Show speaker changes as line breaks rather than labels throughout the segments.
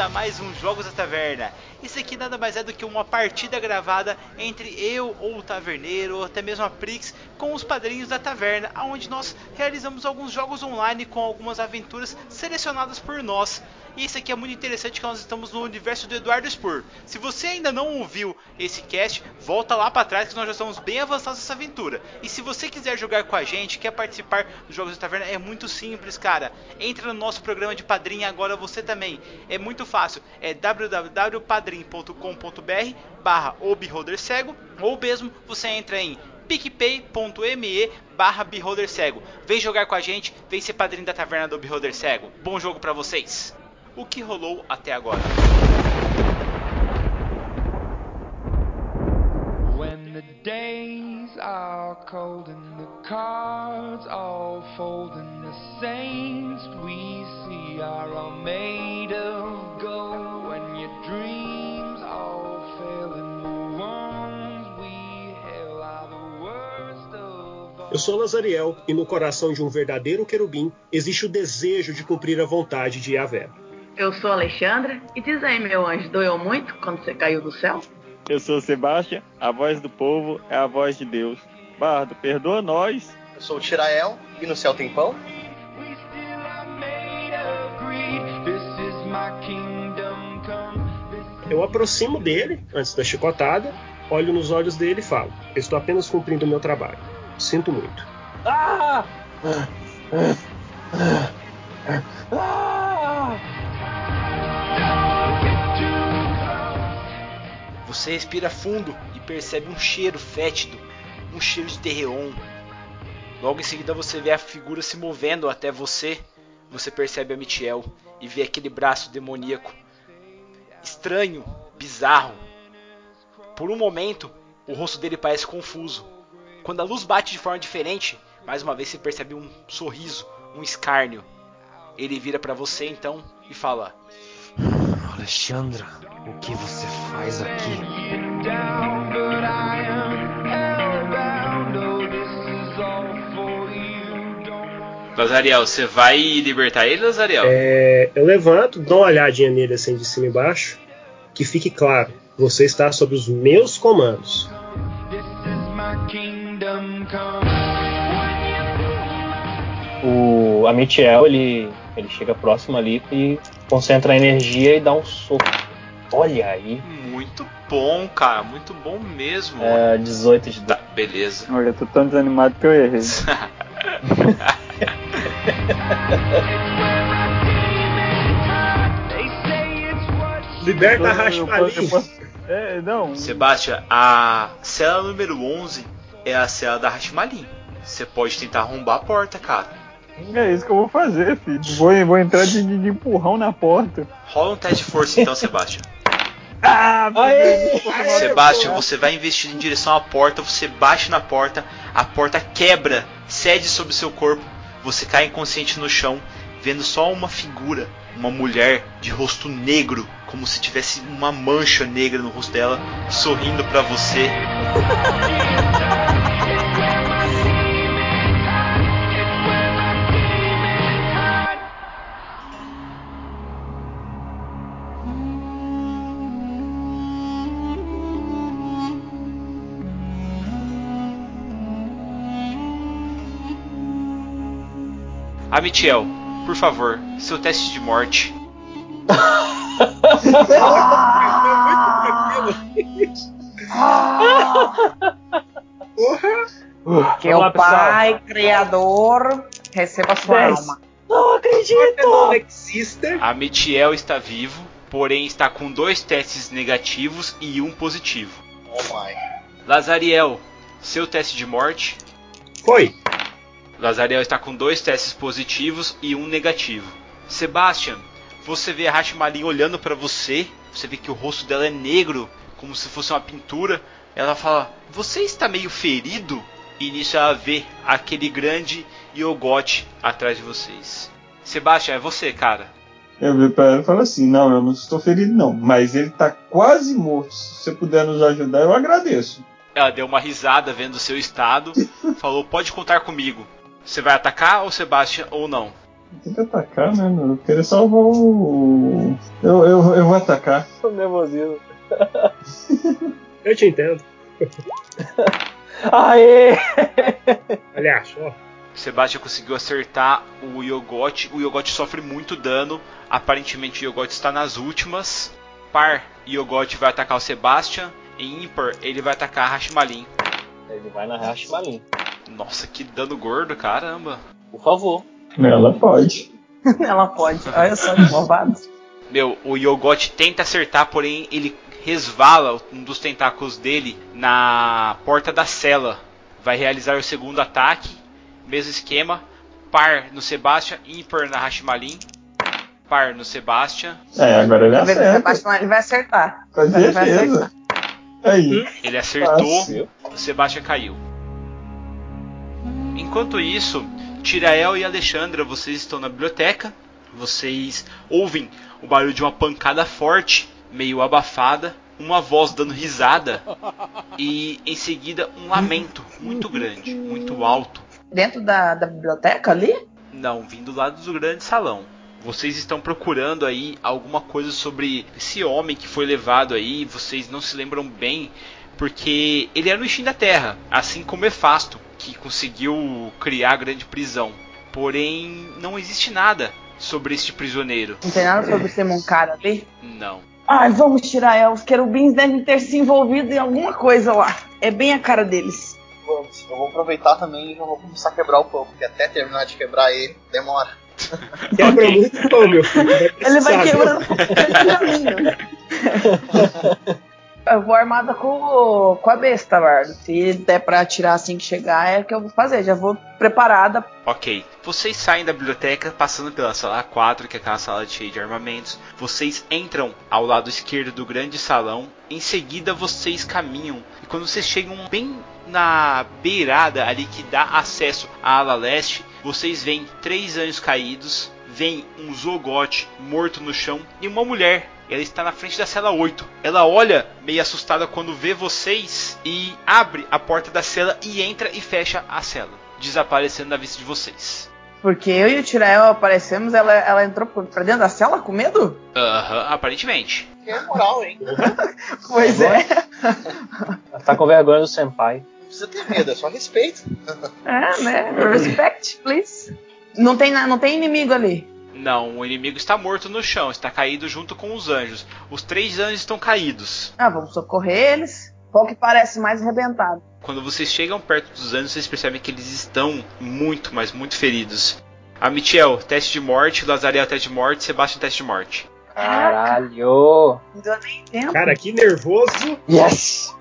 a mais um Jogos da Taverna. Isso aqui nada mais é do que uma partida gravada entre eu ou o Taverneiro, ou até mesmo a Prix, com os padrinhos da taverna, onde nós realizamos alguns jogos online com algumas aventuras selecionadas por nós. E isso aqui é muito interessante que nós estamos no universo do Eduardo Spor. Se você ainda não ouviu esse cast, volta lá para trás que nós já estamos bem avançados nessa aventura. E se você quiser jogar com a gente, quer participar dos Jogos da Taverna, é muito simples, cara. Entra no nosso programa de padrinho agora você também. É muito fácil. É www.padrim.com.br barra cego ou mesmo você entra em picpay.me barra cego. Vem jogar com a gente, vem ser padrinho da Taverna do Beholder Cego. Bom jogo para vocês! o que rolou até agora.
When the days are cold and the cards all fold and the saints we see are all made of gold. When your dreams all fail and the ones we hail are the worst of all.
Eu sou Lazariel e no coração de um verdadeiro querubim existe o desejo de cumprir a vontade de Yahvé.
Eu sou a Alexandra e diz aí, meu anjo, doeu muito quando você caiu do céu?
Eu sou o Sebastião, a voz do povo é a voz de Deus. Bardo, perdoa nós.
Eu sou o Tirael e no céu tem pão.
We still are made of greed. This is my kingdom come. This
Eu aproximo dele, antes da chicotada, olho nos olhos dele e falo: Eu estou apenas cumprindo o meu trabalho. Sinto muito.
Você respira fundo e percebe um cheiro fétido, um cheiro de terreon. Logo em seguida você vê a figura se movendo até você. Você percebe a Mitiel e vê aquele braço demoníaco. Estranho, bizarro. Por um momento, o rosto dele parece confuso. Quando a luz bate de forma diferente, mais uma vez você percebe um sorriso, um escárnio. Ele vira pra você então e fala:
Alexandra, o que você faz aqui?
you down, but I am hellbound. Oh, this is all for you. Don't want
Lazariel, você vai libertar ele, Lazariel?
É, eu levanto, dou uma olhadinha nele assim de cima e baixo. Que fique claro, você está sob os meus comandos.
This is my kingdom come.
O Amitiel, ele, ele chega próximo ali e concentra a energia e dá um soco. Olha aí,
Muito bom, cara. Muito bom mesmo.
é, 18 de
Tá,
dano.
beleza.
Olha, eu tô tão desanimado que eu errei.
They say it's what
tá
Liberta a
Eu posso- eu
Rashmali.
posso- É, não.
Sebastião, a cela número 11 é a cela da Hashmalin. Você pode tentar arrombar a porta, cara.
É isso que eu vou fazer, filho. Vou, vou entrar de, de- de empurrão na porta.
Rola um teste de força então, Sebastião.
Ah, meu Deus.
Sebastião, você vai investir em direção à porta, você bate na porta, a porta quebra, cede sobre seu corpo, você cai inconsciente no chão, vendo só uma figura, uma mulher de rosto negro, como se tivesse uma mancha negra no rosto dela, sorrindo pra você. Amitiel, por favor, seu teste de morte.
Que o Pai Criador receba sua alma.
Não existe.
Amitiel está vivo, porém está com dois testes negativos e um positivo.
Oh my.
Lazariel, seu teste de morte.
Foi.
Lazariel está com dois testes positivos e um negativo. Sebastian, você vê a Hashmalin olhando para você. Você vê que o rosto dela é negro, como se fosse uma pintura. Ela fala: Você está meio ferido? E nisso ela vê aquele grande iogote atrás de vocês. Sebastian, é você, cara.
Eu vi pra ela e falo assim: não, eu não estou ferido, não, mas ele tá quase morto. Se você puder nos ajudar, eu agradeço.
Ela deu uma risada vendo o seu estado. falou: Pode contar comigo. Você vai atacar o Sebastian ou não?
Tem que atacar, né, meu? Eu queria salvar o. Eu, eu, eu vou atacar.
O nervosismo.
Eu te entendo.
Aê!
Aliás, ó.
Sebastião conseguiu acertar o Yogote. O Yogote sofre muito dano. Aparentemente o Yogote está nas últimas. Par, Yogote vai atacar o Sebastian. Em ímpar, ele vai atacar a Hashimalin.
Ele vai na Hashimalin.
Nossa, que dano gordo, caramba.
Por favor.
Ela pode.
Ela pode. Olha só que bobado.
Meu, o Yogote tenta acertar, porém ele resvala um dos tentáculos dele na porta da cela. Vai realizar o segundo ataque, mesmo esquema. Par no Sebastian, ímpar na Hashimalin. Par no Sebastian,
É, agora ele
Tá vendo? O
acerta.
Sebastião ele vai acertar.
Com
Ele vai
certeza. Aí.
ele acertou.
fácil.
O Sebastian caiu. Enquanto isso, Tirael e Alexandra, vocês estão na biblioteca. Vocês ouvem o barulho de uma pancada forte, meio abafada, uma voz dando risada e em seguida um lamento muito grande, muito alto.
Dentro da, da biblioteca ali?
Não, vindo lá do grande salão. Vocês estão procurando aí alguma coisa sobre esse homem que foi levado aí, vocês não se lembram bem, porque ele era um Ishin da Terra, assim como Hefasto, que conseguiu criar a grande prisão. Porém, não existe nada sobre este prisioneiro.
Não tem nada sobre ser um cara ali?
Não.
Ai, vamos tirar ela. Os querubins devem ter se envolvido em alguma coisa lá. É bem a cara deles.
Vamos, eu vou aproveitar também e já vou começar a quebrar o pão, porque até terminar de quebrar ele, demora.
Quebra muito pão, meu filho.
Ele vai
Sabe?
quebrando é quebrando caminho. Eu vou armada com, com a besta, Bardo. Se der pra atirar assim que chegar, é o que eu vou fazer. Já vou preparada.
Ok. Vocês saem da biblioteca passando pela sala 4, que é aquela sala cheia de armamentos. Vocês entram ao lado esquerdo do grande salão. Em seguida, vocês caminham. E quando vocês chegam bem na beirada ali que dá acesso à ala leste, vocês veem três anjos caídos, veem um zogote morto no chão e uma mulher. Ela está na frente da cela 8. Ela olha meio assustada quando vê vocês e abre a porta da cela e entra e fecha a cela desaparecendo da vista de vocês.
Porque eu e o Tirael aparecemos, ela, ela entrou por- pra dentro da cela com medo?
Aham, aparentemente.
Que é moral, hein?
Pois é.
Ela tá com vergonha do Senpai.
Não precisa ter medo, é só respeito.
É, né? Respect, please. Não tem, na- não tem inimigo ali.
Não, o inimigo está morto no chão, está caído junto com os anjos. Os três anjos estão caídos.
Ah, vamos socorrer eles. Qual que parece mais arrebentado?
Quando vocês chegam perto dos anjos, vocês percebem que eles estão muito, mas muito feridos. A Michel, teste de morte, Lazarel, teste de morte, Sebastião, teste de morte.
Caralho!
Não deu nem tempo.
Cara, que nervoso.
Yes!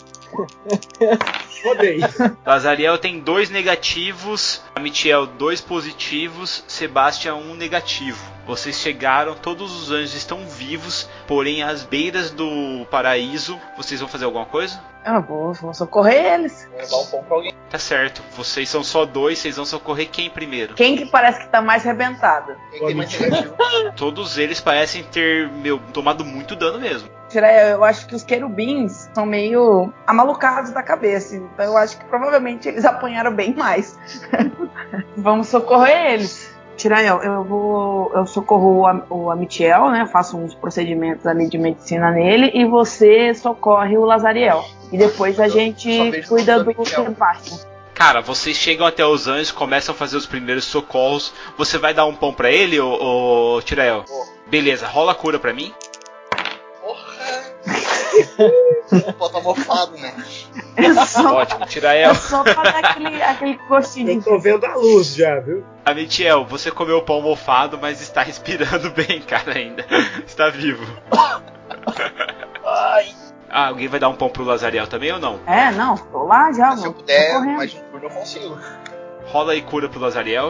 Rodei.
Lazarel tem dois negativos, a Michel dois positivos, Sebastião um negativo. Vocês chegaram, todos os anjos estão vivos, porém às beiras do paraíso. Vocês vão fazer alguma coisa?
Ah, vou, vou socorrer eles.
Vou dar um pão pra alguém.
Tá certo, vocês são só dois, vocês vão socorrer quem primeiro?
Quem que parece que tá mais arrebentado?
Quem tem mais negativo?
Todos eles parecem ter, meu, tomado muito dano mesmo.
Tirael, eu acho que os querubins são meio amalucados da cabeça. Então eu acho que provavelmente eles apanharam bem mais. vamos socorrer eles. Tirael, eu vou. Eu socorro o Am- o Amitiel, né? Faço uns procedimentos ali de medicina nele. E você socorre o Lazariel. E depois a
Eu só
gente
vejo
cuida
o
do
Amitiel.
Sebastião.
Cara, vocês chegam até os anjos, começam a fazer os primeiros socorros. Você vai dar um pão pra ele, ô, ô Tirael?
Vou.
Beleza, rola a cura pra mim.
Porra! Bota mofado, um né?
É só,
Ótimo, Tirael.
é só pra dar aquele, aquele gostinho.
Eu tô vendo a luz já, viu?
Amitiel, você comeu pão mofado, mas está respirando bem, cara, ainda. Está vivo. Ah, alguém vai dar um pão pro Lazarel também ou não?
É, não, tô lá já,
Se eu
mano.
puder,
tô correndo.
mais um turno eu consigo.
Rola e cura pro Lazarel.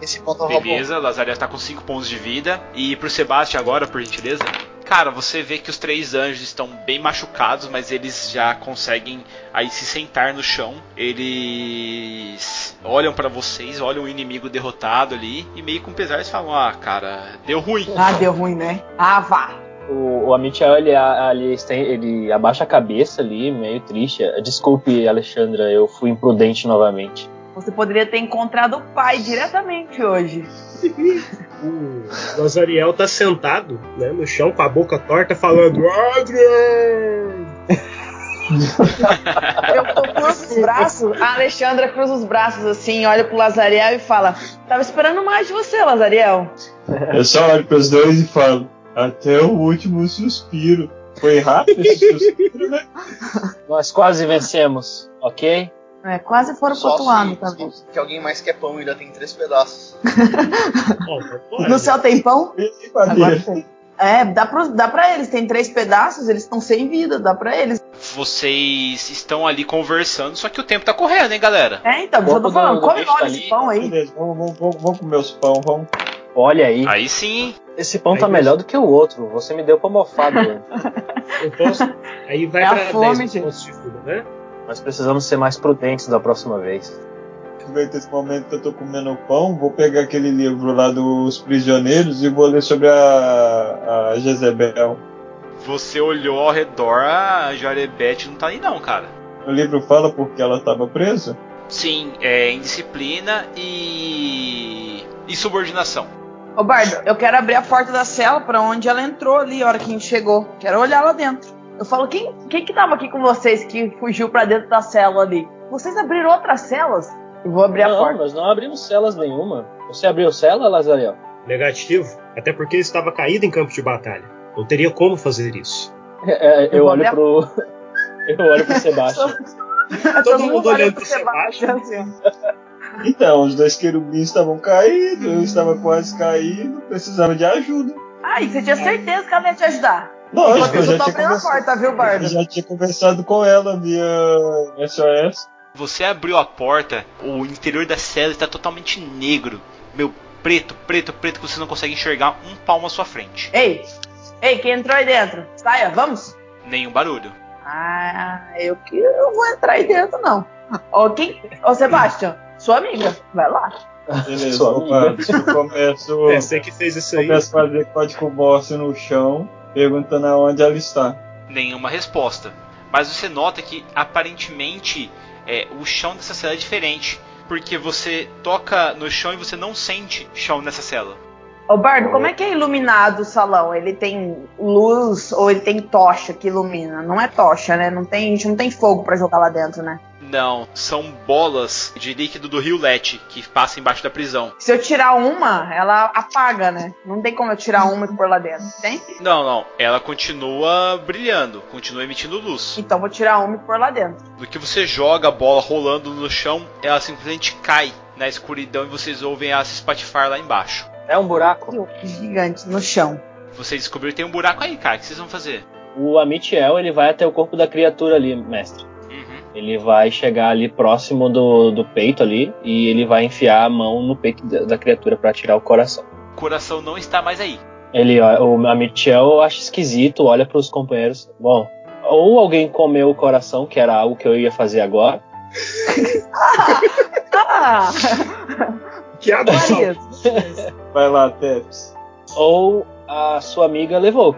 Esse pão tá roubando.
Beleza, Lazarel tá com 5 pontos de vida. E pro Sebastião agora, por gentileza. Cara, você vê que os três anjos estão bem machucados, mas eles já conseguem aí se sentar no chão. Eles olham pra vocês, olham o inimigo derrotado ali e meio com pesar eles falam: "Ah, cara, deu ruim".
Ah, deu ruim, né? Ah, vá.
O, o Amitiel, ele, a- ali, ele, tem- ele abaixa a cabeça ali, meio triste. Desculpe, Alexandra, eu fui imprudente novamente.
Você poderia ter encontrado o pai diretamente hoje.
O Lazariel tá sentado né, no chão com a boca torta falando Adrian!
Eu, eu cruzo os braços, a Alexandra cruza os braços assim, olha pro Lazariel e fala: Tava esperando mais de você, Lazariel.
Eu só olho pros dois e falo, até o último suspiro. Foi rápido esse suspiro, né?
Nós quase vencemos, ok?
É, quase foram pro
Só
outro lado,
se,
tá vendo?
se, se alguém mais quer pão ainda tem três pedaços.
Bom, pode.
No céu tem pão?
E madeira.
Agora tem. É, dá, pro, dá pra eles, tem três pedaços, eles estão sem vida, dá pra eles.
Vocês estão ali conversando, só que o tempo tá correndo, hein, galera?
É, então, por isso eu tô
Corpo do-
falando,
do
come
bicho
logo
tá
esse
ali.
pão aí.
Beleza, vamos, vamos, vamos, vamos comer os pão, vamos.
Olha aí,
Aí sim,
esse pão
Aí
tá
você-
melhor do que o outro. Você me deu pra mofar, Duane.
Eu posso. Aí vai
É a
pra
fome,
10
gente.
pontos de vida, né?
Nós precisamos ser mais prudentes da próxima vez.
Aproveita esse momento que eu tô comendo pão, vou pegar aquele livro lá dos prisioneiros e vou ler sobre a, a Jezebel.
você olhou ao redor, a Jarebete não tá ali não, cara.
O livro fala porque ela estava presa?
Sim, é indisciplina e. e subordinação.
Ô, Bardo, eu quero abrir a porta da cela pra onde ela entrou ali, a hora que a gente chegou. Quero olhar lá dentro. Eu falo, quem, quem que tava aqui com vocês que fugiu pra dentro da cela ali? Vocês abriram outras celas? Eu vou abrir a
não,
porta.
nós não abrimos celas nenhuma. Você abriu cela, Lazarel?
Negativo. Até porque ele estava caído em campo de batalha. Não teria como fazer isso.
É, é, eu,
Eu vou
olho
abrir a-
pro. eu olho pro Sebastião.
Todo mundo
olha
olhando
pro
pra Sebastião.
assim.
Então, os dois querubins estavam caídos, eu estava quase caído, precisava de ajuda.
Ai, você tinha certeza que ela ia te ajudar.
Lógico,
Enquanto
eu
isso, eu
já
tô
tinha
abrindo a
conversado.
porta, viu, Bardo?
Eu já tinha conversado com ela via SOS.
Você abriu a porta, o interior da cela está totalmente negro. Meu, preto, preto, preto, que você não consegue enxergar um palmo à sua frente.
Ei, ei, quem entrou aí dentro? Saia, vamos?
Nenhum barulho.
Ah, eu que não vou entrar aí dentro, não. Ô, quem... Ô Sebastião, sua amiga, vai lá.
Beleza,
Sua
opa, eu começo,
É, você que fez isso aí.
começo a fazer código morse no chão, perguntando aonde ela está.
Nenhuma resposta. Mas você nota que aparentemente é, o chão dessa cela é diferente. Porque você toca no chão e você não sente chão nessa cela.
Ô, Bardo, como é que é iluminado o salão? Ele tem luz ou ele tem tocha que ilumina? Não é tocha, né? Não tem, a gente não tem fogo pra jogar lá dentro, né?
Não, são bolas de líquido do rio Lete que passa embaixo da prisão.
Se eu tirar uma, ela apaga, né? Não tem como eu tirar uma e pôr lá dentro. Tem?
Não, não, ela continua brilhando, continua emitindo luz.
Então vou tirar uma e pôr lá dentro.
Do que você joga a bola rolando no chão, ela simplesmente cai na escuridão e vocês ouvem ela se espatifar lá embaixo.
É um buraco.
Gigante no chão.
Vocês descobriram que tem um buraco aí, cara. O que vocês vão fazer?
O Amitiel ele vai até o corpo da criatura ali, mestre.
Uhum.
Ele vai chegar ali próximo do, do peito ali e ele vai enfiar a mão no peito da, da criatura pra tirar o coração.
O coração não está mais aí.
Ele, ó, o Amitiel acha esquisito, olha pros companheiros. Bom, ou alguém comeu o coração, que era algo que eu ia fazer agora.
Ah!
Que adoção.
Vai lá, Tepes.
ou a sua amiga levou.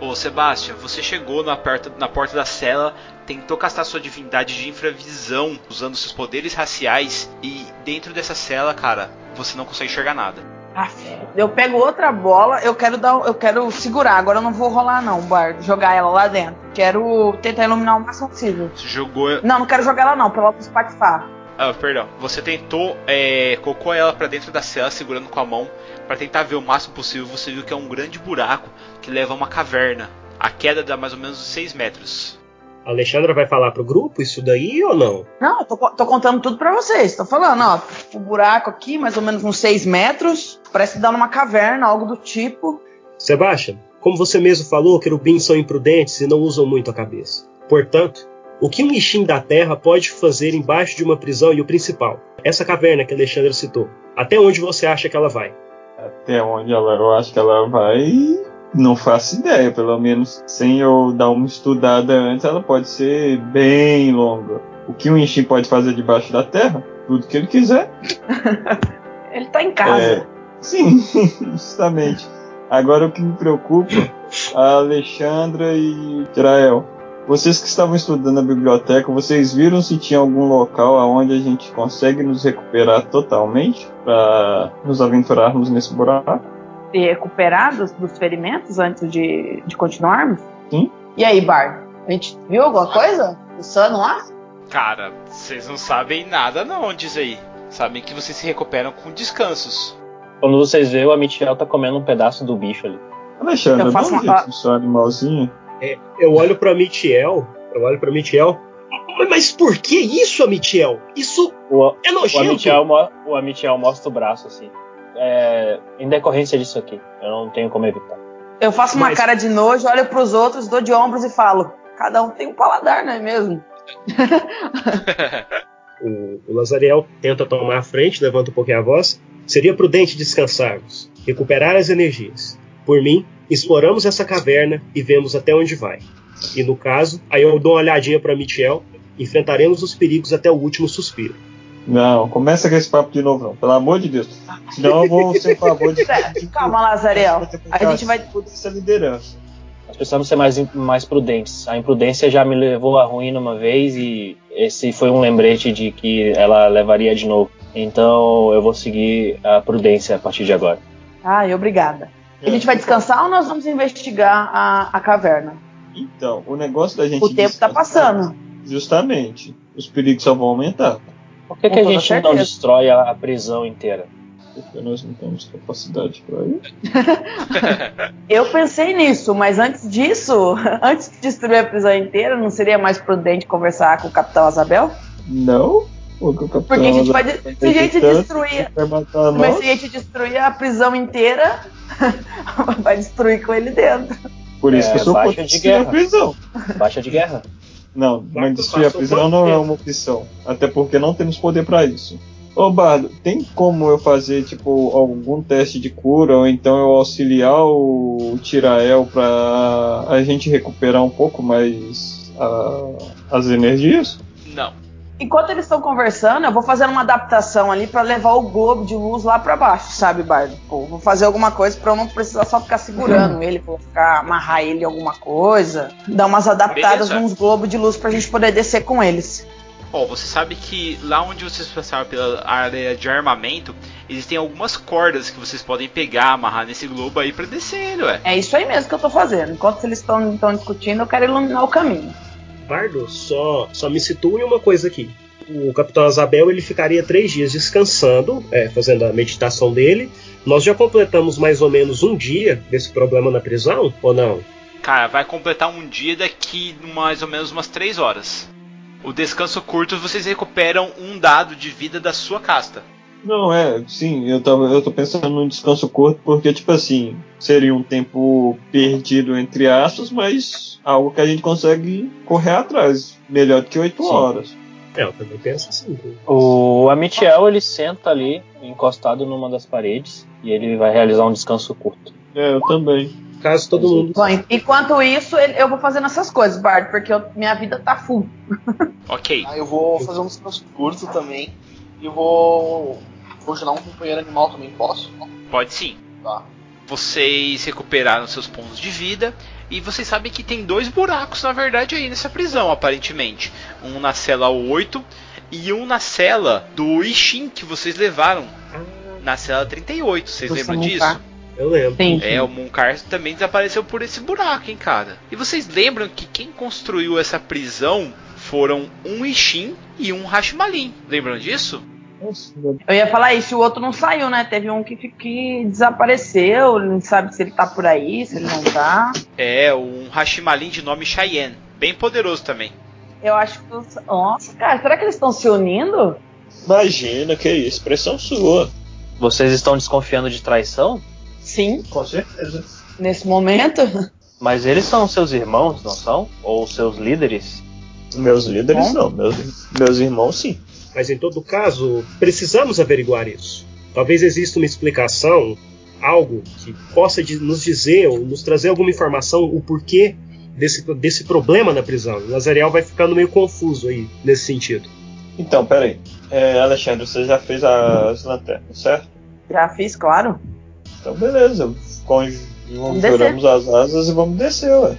Ô, Sebastião, você chegou na, perta- na porta da cela, tentou castar sua divindade de infravisão usando seus poderes raciais e dentro dessa cela, cara, você não consegue enxergar nada.
Aff, Eu pego outra bola, eu quero dar, eu quero segurar. Agora eu não vou rolar não, Bardo. Jogar ela lá dentro. Quero tentar iluminar o máximo possível.
Você jogou
Não, não quero jogar ela não, pra ela espatifar.
Ah, perdão. Você tentou, é, colocou ela pra dentro da cela, segurando com a mão, pra tentar ver o máximo possível. Você viu que é um grande buraco que leva a uma caverna. A queda dá mais ou menos 6 metros.
A Alexandra vai falar pro grupo isso daí ou não?
Não, eu tô, co- tô contando tudo pra vocês. Tô falando, ó. O buraco aqui, mais ou menos uns 6 metros. Parece que dá numa caverna, algo do tipo.
Sebastian, como você mesmo falou, querubins são imprudentes e não usam muito a cabeça. Portanto, o que um Ishin da Terra pode fazer embaixo de uma prisão e o principal? Essa caverna que a Alexandra citou. Até onde você acha que ela vai?
Até onde ela, eu acho que ela vai, não faço ideia, pelo menos sem eu dar uma estudada antes, ela pode ser bem longa. O que o Ishin pode fazer debaixo da terra? Tudo que ele quiser.
Ele tá em casa.
É, sim, justamente. Agora o que me preocupa, a Alexandra e Israel. Vocês que estavam estudando a biblioteca, vocês viram se tinha algum local aonde a gente consegue nos recuperar totalmente para nos aventurarmos nesse buraco?
Se recuperar dos, dos ferimentos antes de, de continuarmos?
Sim.
E aí, Bar? A gente viu alguma coisa? O Sano lá?
Cara, vocês não sabem nada não, diz aí. Sabem que vocês se recuperam com descansos.
Quando vocês veem, o Amitiel tá comendo um pedaço do bicho ali.
Alexandre,
Eu
dá
faço
um
uma-
jeito no seu animalzinho.
É, eu olho pra Mitiel, eu olho pra Mitiel. Mas, mas por que isso, Mitiel? Isso
O,
é
O
nojento.
Amitiel, mo- o Amitiel mostra o braço assim. É, em decorrência disso aqui, eu não tenho como evitar.
Eu faço uma
Mas-
cara de nojo, olho pros outros, dou de ombros e falo: Cada um tem um paladar, não é mesmo?
O, o Lazariel tenta tomar a frente, levanta um pouquinho a voz. Seria prudente descansarmos, recuperar as energias. Por mim, exploramos essa caverna e vemos até onde vai. E no caso, aí eu dou uma olhadinha pra Mitiel, enfrentaremos os perigos até o último suspiro.
Não, começa com esse papo de novo, não. Pelo amor de Deus. Senão eu vou ser a favor de.
Calma, Lazarel. A gente vai-
Essa liderança.
Nós precisamos ser mais, im- mais prudentes. A imprudência já me levou à ruína uma vez e esse foi um lembrete de que ela levaria de novo. Então eu vou seguir a prudência a partir de agora.
Ai, obrigada. A gente vai descansar ou nós vamos investigar a, a caverna?
Então, o negócio da gente.
O tempo tá
descansar-
passando.
Justamente. Os perigos só vão aumentar.
Por que,
Com
que a
toda
gente não
certeza.
destrói a, a prisão inteira?
Porque nós não temos capacidade para isso.
Eu pensei nisso, mas antes disso, antes de destruir a prisão inteira, não seria mais prudente conversar com o Capitão Azabel?
Não? Porque o capitão.
Porque a gente
lá
pode.
vai
Se a gente
tanto,
destruir.
vai matar
Mas
nós.
se a gente destruir a prisão inteira, vai destruir com ele dentro.
Por isso que eu
É,
sou
baixa
contra
de
destruir a
guerra.
prisão.
Baixa de guerra.
Não, mas destruir a
passou
prisão
quanto
não é
tempo?
uma opção. Até porque não temos poder pra isso. Ô Bardo, tem como eu fazer, tipo, algum teste de cura, ou então eu auxiliar o Tirael pra a gente recuperar um pouco mais a- as energias?
Não.
Enquanto eles estão conversando, eu vou fazendo uma adaptação ali pra levar o globo de luz lá pra baixo, sabe, Bardo? Pô, vou fazer alguma coisa pra eu não precisar só ficar segurando ele, vou ficar amarrar ele em alguma coisa, dar umas adaptadas
Beleza.
nos globos de luz pra gente poder descer com eles.
Bom, você sabe que lá onde vocês passaram pela área de armamento, existem algumas cordas que vocês podem pegar, amarrar nesse globo aí pra descer ele, ué.
É isso aí mesmo que eu tô fazendo. Enquanto eles estão estão discutindo, eu quero iluminar o caminho.
Bardo, só, só me situa em uma coisa aqui. O Capitão Azabel ele ficaria três dias descansando, é, fazendo a meditação dele. Nós já completamos mais ou menos um dia desse problema na prisão, ou não?
Cara, vai completar um dia daqui mais ou menos umas 3 horas. O descanso curto, vocês recuperam um dado de vida da sua casta.
Não, é, sim, eu, tava, eu tô pensando num descanso curto, porque, tipo assim, seria um tempo perdido entre aspas, mas algo que a gente consegue correr atrás, melhor do que oito
Sim.
horas.
É, eu também penso assim.
O Amitiel ele senta ali, encostado numa das paredes, e ele vai realizar um descanso curto.
É, eu também.
Caso todo mundo.
Bom, en- enquanto isso, ele- eu vou fazendo essas coisas, Bardo, porque eu- minha vida tá full.
Ok.
Ah, eu vou fazer um descanso curto também. E vou. Vou ajudar um companheiro animal também, posso?
Pode sim.
Tá.
Vocês recuperaram seus pontos de vida e vocês sabem que tem dois buracos na verdade aí nessa prisão, aparentemente. Um na cela 8 e um na cela do Ishin que vocês levaram na cela 38. Vocês
Do
lembram
Samucar.
disso?
Eu lembro.
Sim.
É, o Munkar também desapareceu por esse buraco, hein, cara. E vocês lembram que quem construiu essa prisão foram um Ishin e um Hashimalin. Lembram disso?
Eu ia falar isso, o outro não saiu, né? Teve um que, fi- que desapareceu, não sabe se ele tá por aí, se ele não tá.
É, um Hashimalin de nome Cheyenne. Bem poderoso também.
Eu acho que. os- Nossa, cara, será que eles estão se unindo?
Imagina, que isso, pressão sua.
Vocês estão desconfiando de traição?
Sim,
Com certeza.
nesse momento.
Mas eles são seus irmãos, não são? Ou seus líderes?
Meus líderes não, meus, meus irmãos sim.
Mas em todo caso, precisamos averiguar isso. Talvez exista uma explicação, algo que possa de- nos dizer ou nos trazer alguma informação o porquê desse, desse problema na prisão. O Lazariel vai ficando meio confuso aí nesse sentido.
Então, peraí. É, Alexandre, você já fez as lanternas, certo?
Já fiz, claro.
Então, beleza. Conjuramos as asas e vamos descer, ué.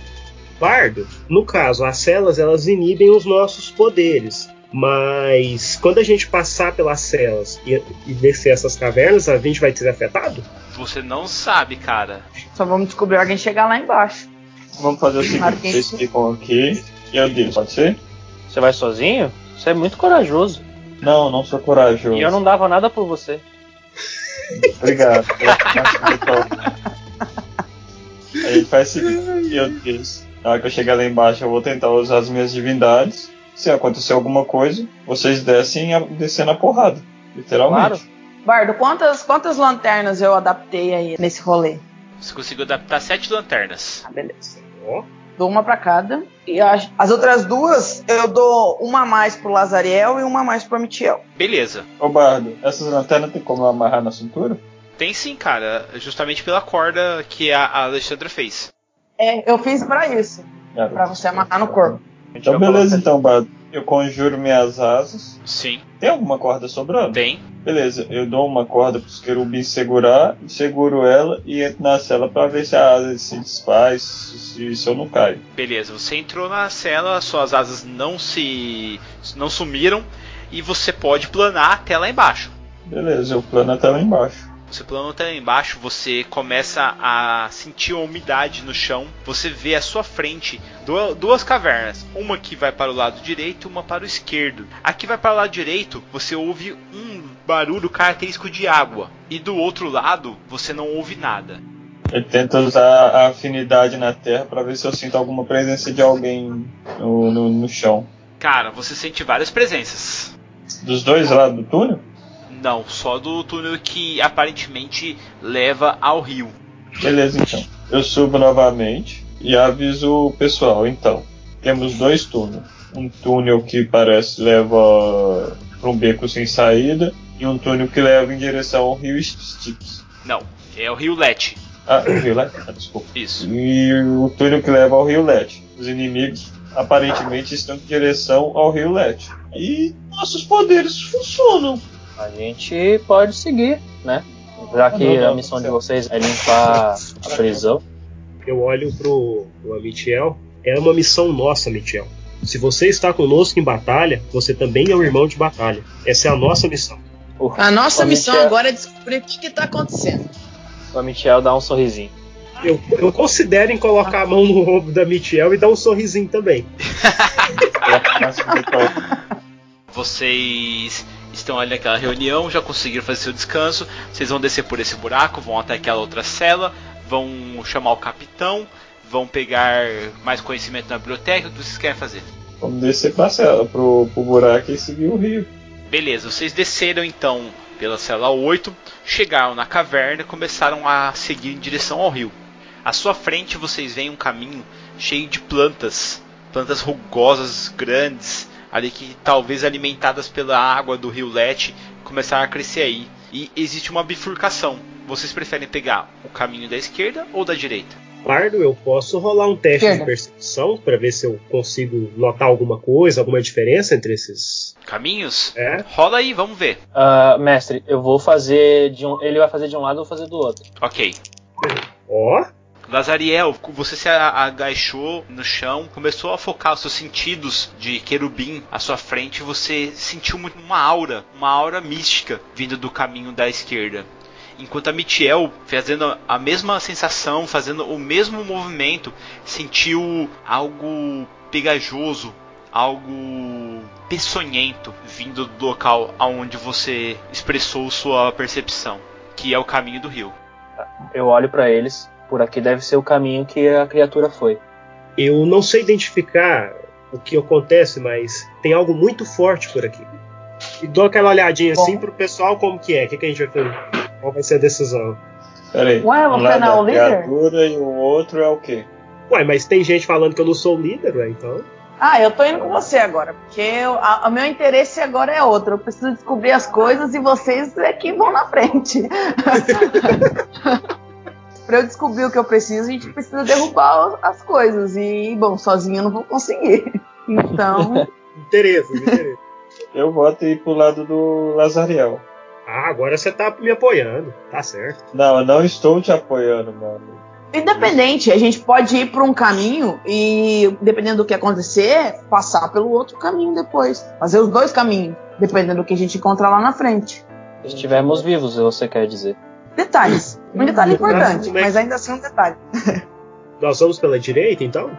Bardo, no caso, as celas elas inibem os nossos poderes. Mas quando a gente passar pelas celas e, e descer essas cavernas, a gente vai ser afetado?
Você não sabe, cara.
Só vamos descobrir alguém chegar lá embaixo.
Vamos fazer o seguinte: vocês ficam aqui e eu digo, pode ser?
Você vai sozinho? Você é muito corajoso.
Não, não sou corajoso.
E eu não dava nada por você.
Obrigado. a gente faz o seguinte: meu Deus. Na hora que eu chegar lá embaixo, eu vou tentar usar as minhas divindades. Se acontecer alguma coisa, vocês descem a, descendo a porrada. Literalmente. Claro.
Bardo, quantas, quantas lanternas eu adaptei aí nesse rolê?
Você conseguiu adaptar sete lanternas.
Ah, beleza. Oh. Dou uma para cada. E as, as, outras duas eu dou uma a mais pro Lazariel e uma a mais pro Mitiel.
Beleza.
Ô Bardo, essas lanternas tem como amarrar na cintura?
Tem sim, cara. Justamente pela corda que a, a Alexandra fez.
É, eu fiz para isso. Garoto. Pra você amarrar no corpo.
tá Então beleza então, Bardo. Eu conjuro minhas asas.
Sim.
Tem alguma corda sobrando?
Tem.
Beleza, eu dou uma corda pros querubins segurar, seguro ela e entro na cela para ver se a asa se desfaz, se, se eu não caio.
Beleza, você entrou na cela, suas asas não se. não sumiram e você pode planar até lá embaixo.
Beleza, eu plano é até lá embaixo.
Você plano até lá embaixo, você começa a sentir uma umidade no chão. Você vê à sua frente duas cavernas, uma que vai para o lado direito, uma para o esquerdo. Aqui vai para o lado direito, você ouve um barulho característico de água, e do outro lado você não ouve nada.
Eu tento usar a afinidade na terra para ver se eu sinto alguma presença de alguém no, no, no chão.
Cara, você sente várias presenças.
Dos dois lados do túnel?
Não, só do túnel que aparentemente leva ao rio.
Beleza, então. Eu subo novamente e aviso o pessoal. Então, temos dois túneis. Um túnel que parece leva para um beco sem saída e um túnel que leva em direção ao rio Styx.
Não, é o rio Lete.
Ah, o rio Lete? Ah, desculpa.
Isso.
E o túnel que leva ao rio Lete. Os inimigos aparentemente estão em direção ao rio Lete. E nossos poderes funcionam.
A gente pode seguir, né? Já que não, não, a missão não, de vocês é limpar a prisão.
Eu olho pro, pro Amitiel. É uma missão nossa, Amitiel. Se você está conosco em batalha, você também é um irmão de batalha. Essa é a nossa missão.
Uh, a nossa missão Michel... agora é descobrir o que está acontecendo.
O Michel dá um sorrisinho.
Eu, eu considero em colocar a mão no ombro da Michel e dar um sorrisinho também.
Vocês estão ali naquela reunião, já conseguiram fazer seu descanso. Vocês vão descer por esse buraco, vão até aquela outra cela, vão chamar o capitão, vão pegar mais conhecimento na biblioteca. O que vocês querem fazer?
Vamos descer pra cela, pro, pro buraco e seguir o rio.
Beleza, vocês desceram então pela cela 8, chegaram na caverna e começaram a seguir em direção ao rio. À sua frente vocês veem um caminho cheio de plantas, plantas rugosas, grandes, ali que talvez alimentadas pela água do rio Lete começaram a crescer aí. E existe uma bifurcação. Vocês preferem pegar o caminho da esquerda ou da direita?
Bardo, eu posso rolar um teste esquerda. de percepção para ver se eu consigo notar alguma coisa, alguma diferença entre esses
caminhos?
É.
Rola aí, vamos ver.
Uh, mestre, eu vou fazer de um, ele vai fazer de um lado, eu vou fazer do outro.
Ok.
Ó. Oh.
Lazariel, você se agachou no chão, começou a focar os seus sentidos de querubim à sua frente, você sentiu uma aura, uma aura mística vindo do caminho da esquerda. Enquanto a Mitiel, fazendo a mesma sensação, fazendo o mesmo movimento, sentiu algo pegajoso, algo peçonhento vindo do local aonde você expressou sua percepção, que é o caminho do rio.
Eu olho para eles, por aqui deve ser o caminho que a criatura foi.
Eu não sei identificar o que acontece, mas tem algo muito forte por aqui. E dou aquela olhadinha Bom. assim pro pessoal como que é, o que, que, a gente vai fazer, qual vai ser a decisão.
Peraí,
Ué, você
Um lado
não é o
líder? criatura e o outro é o quê?
Ué, mas tem gente falando que eu não sou o líder, ué, então...
Ah, eu tô indo com você agora, porque o meu interesse agora é outro. Eu preciso descobrir as coisas e vocês é que vão na frente. para eu descobrir o que eu preciso, a gente precisa derrubar as coisas. E, bom, sozinho eu não vou conseguir. Então.
Interesse, interesse.
Eu voto ir pro lado do Lazariel.
Ah, agora você tá me apoiando, tá certo.
Não, eu não estou te apoiando, mano.
Independente, a gente pode ir por um caminho e, dependendo do que acontecer, passar pelo outro caminho depois. Fazer os dois caminhos, dependendo do que a gente encontrar lá na frente.
Se estivermos vivos, você quer dizer.
Detalhes. Um detalhe importante, mas ainda assim um detalhe.
Nós vamos pela direita, então?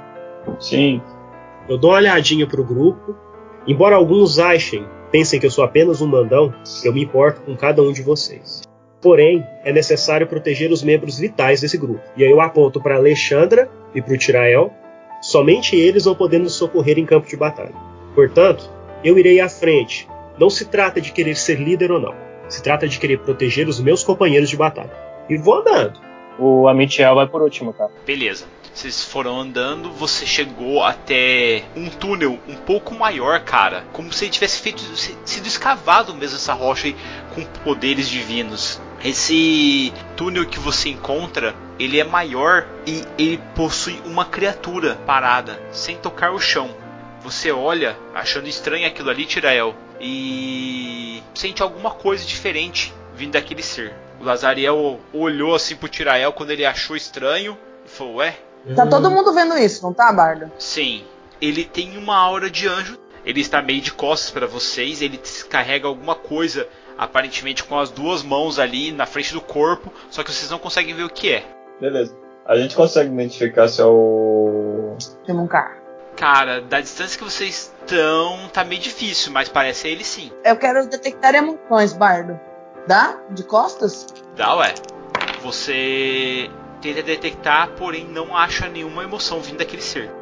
Sim.
Eu dou uma olhadinha pro grupo. Embora alguns achem, pensem que eu sou apenas um mandão, eu me importo com cada um de vocês. Porém, é necessário proteger os membros vitais desse grupo. E aí eu aponto para Alexandra e para o Tirael. Somente eles vão poder nos socorrer em campo de batalha. Portanto, eu irei à frente. Não se trata de querer ser líder ou não. Se trata de querer proteger os meus companheiros de batalha. E vou andando.
O Amitiel vai por último, tá?
Beleza. Vocês foram andando, você chegou até um túnel um pouco maior, cara. Como se ele tivesse feito, se- sido escavado mesmo essa rocha aí com poderes divinos. Esse túnel que você encontra, ele é maior e ele possui uma criatura parada, sem tocar o chão. Você olha, achando estranho aquilo ali, Tirael, e sente alguma coisa diferente vindo daquele ser. O Lazariel olhou assim pro Tirael quando ele achou estranho e falou: Ué,
Tá todo mundo vendo isso, não tá, Bardo?
Sim, ele tem uma aura de anjo. Ele está meio de costas para vocês. Ele carrega alguma coisa, aparentemente com as duas mãos ali na frente do corpo. Só que vocês não conseguem ver o que é.
Beleza. A gente consegue identificar se é o.
Tem um carro.
Cara, da distância que vocês estão, tá meio difícil, mas parece ele sim.
Eu quero detectar emoções, Bardo. Dá? De costas?
Dá, ué. Você tenta detectar, porém não acha nenhuma emoção vindo daquele ser.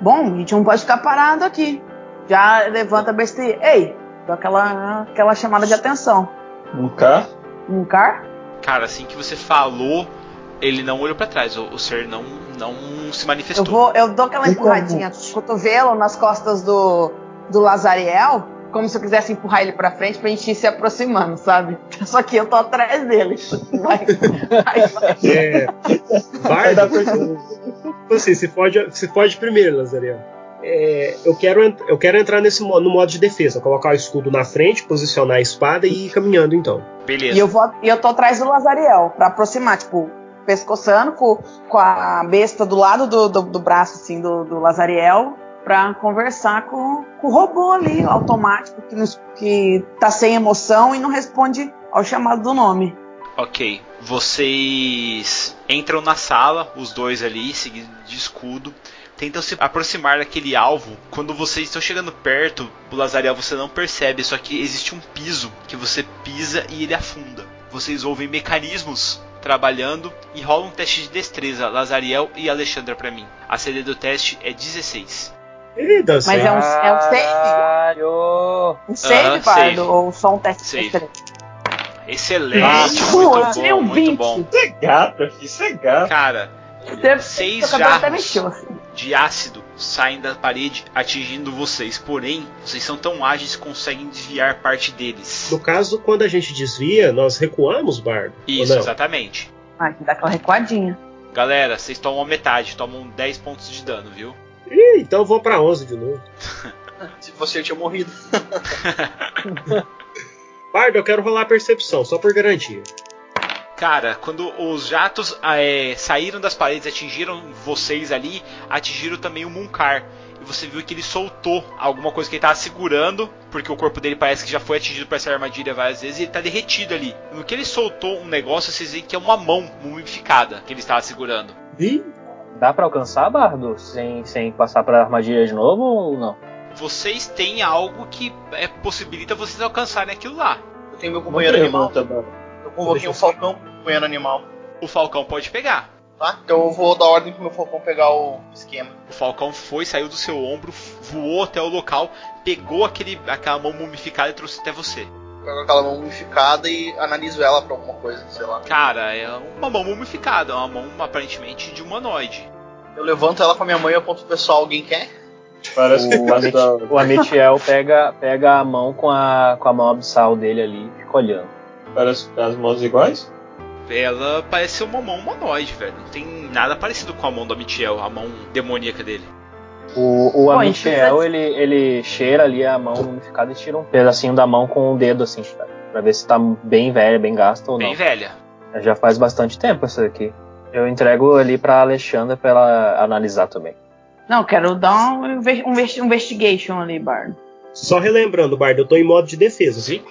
Bom, a gente não pode ficar parado aqui. Já levanta a besteira. Ei, dá aquela, aquela chamada de atenção.
Um K?
Um car?
Cara, assim que você falou, ele não olhou para trás. O, o ser não, não se manifestou.
Eu vou, eu dou aquela empurradinha com o cotovelo nas costas do, do Lazariel, como se eu quisesse empurrar ele pra frente pra gente ir se aproximando, sabe? Só que eu tô atrás dele. Vai, vai, vai.
É.
Sai da frente.
Bardo, assim, se pode, se pode primeiro, Lazarel. É, eu, quero, ent- eu quero entrar nesse mo- no modo de defesa, colocar o escudo na frente, posicionar a espada e ir caminhando então.
Beleza.
E eu, vou, e eu tô atrás do Lazariel, pra aproximar, tipo, pescoçando com, com a besta do lado do, do, do braço, assim, do, do Lazariel, pra conversar com, com o robô ali, automático, que, nos, que tá sem emoção e não responde ao chamado do nome.
Ok, vocês entram na sala, os dois ali, seguidos de escudo, tentam se aproximar daquele alvo. Quando vocês estão chegando perto do Lazarel, você não percebe, só que existe um piso que você pisa e ele afunda. Vocês ouvem mecanismos trabalhando e rola um teste de destreza, Lazariel e Alexandra pra mim. A CD do teste é 16.
Ih, Mas
é um, é um save?
Caralho!
Um save,
Aham, save.
Bardo? Ou só um teste
Save.
de destreza?
Excelente,
Ah,
muito
boa,
bom, muito bom.
Isso é gata, filho. Isso é gata.
Cara,
Deve-
seis
Seu cabelo até
jarros
mexeu, assim.
de ácido saem da parede atingindo vocês. Porém, vocês são tão ágeis que conseguem desviar parte deles.
No caso, quando a gente desvia, nós recuamos, Bardo.
Isso,
ou não?
exatamente.
Ah, que dá aquela recuadinha.
Galera, vocês tomam metade, tomam 10 pontos de dano, viu?
Ih, então eu vou pra 11 de novo.
Se você tinha morrido.
Bardo, eu quero rolar a percepção, só por garantia.
Cara, quando os jatos ah, é, saíram das paredes, atingiram vocês ali, atingiram também o Munkar. E você viu que ele soltou alguma coisa que ele tava segurando, porque o corpo dele parece que já foi atingido por essa armadilha várias vezes e ele tá derretido ali. No que ele soltou um negócio, vocês veem que é uma mão mumificada que ele estava segurando.
Ih,
Dá pra alcançar, Bardo? Sem, sem passar pra armadilha de novo ou não?
Vocês têm algo que é, possibilita vocês alcançarem aquilo lá.
Eu tenho meu
Uma
companheiro animal.
pergunta, Bardo.
Eu convoquei um falcão com companheiro animal.
O Falcão pode pegar.
Tá? Então eu vou dar ordem pro meu falcão pegar o esquema.
O Falcão foi, saiu do seu ombro, voou até o local, pegou aquele, aquela mão mumificada e trouxe até você.
Pego aquela mão mumificada e analiso ela pra alguma coisa, sei lá.
Cara, é uma mão mumificada, é uma mão aparentemente de humanoide.
Eu levanto ela com a minha mãe e aponto pro pessoal, alguém quer?
Parece que
O, Amit,
tá-
o Amitiel pega, pega a mão com a, com a mão abissal dele ali e fica olhando.
Parece que tá as mãos iguais?
Ela parece uma mão humanoide, velho. Não tem nada parecido com a mão do Amitiel, a mão demoníaca dele.
O, o
Bom,
Amitiel,
então-
ele, ele cheira ali a mão mumificada e tira um pedacinho da mão com o dedo, assim, pra, pra ver se tá bem velha, bem gasta ou
Bem
não.
velha.
Já faz bastante tempo isso aqui. Eu entrego ali pra Alexandra pra ela analisar também.
Não, quero dar um, inve- um investi- investigation ali, Bardo.
Só relembrando, Bardo, eu tô em modo de defesa. Sim.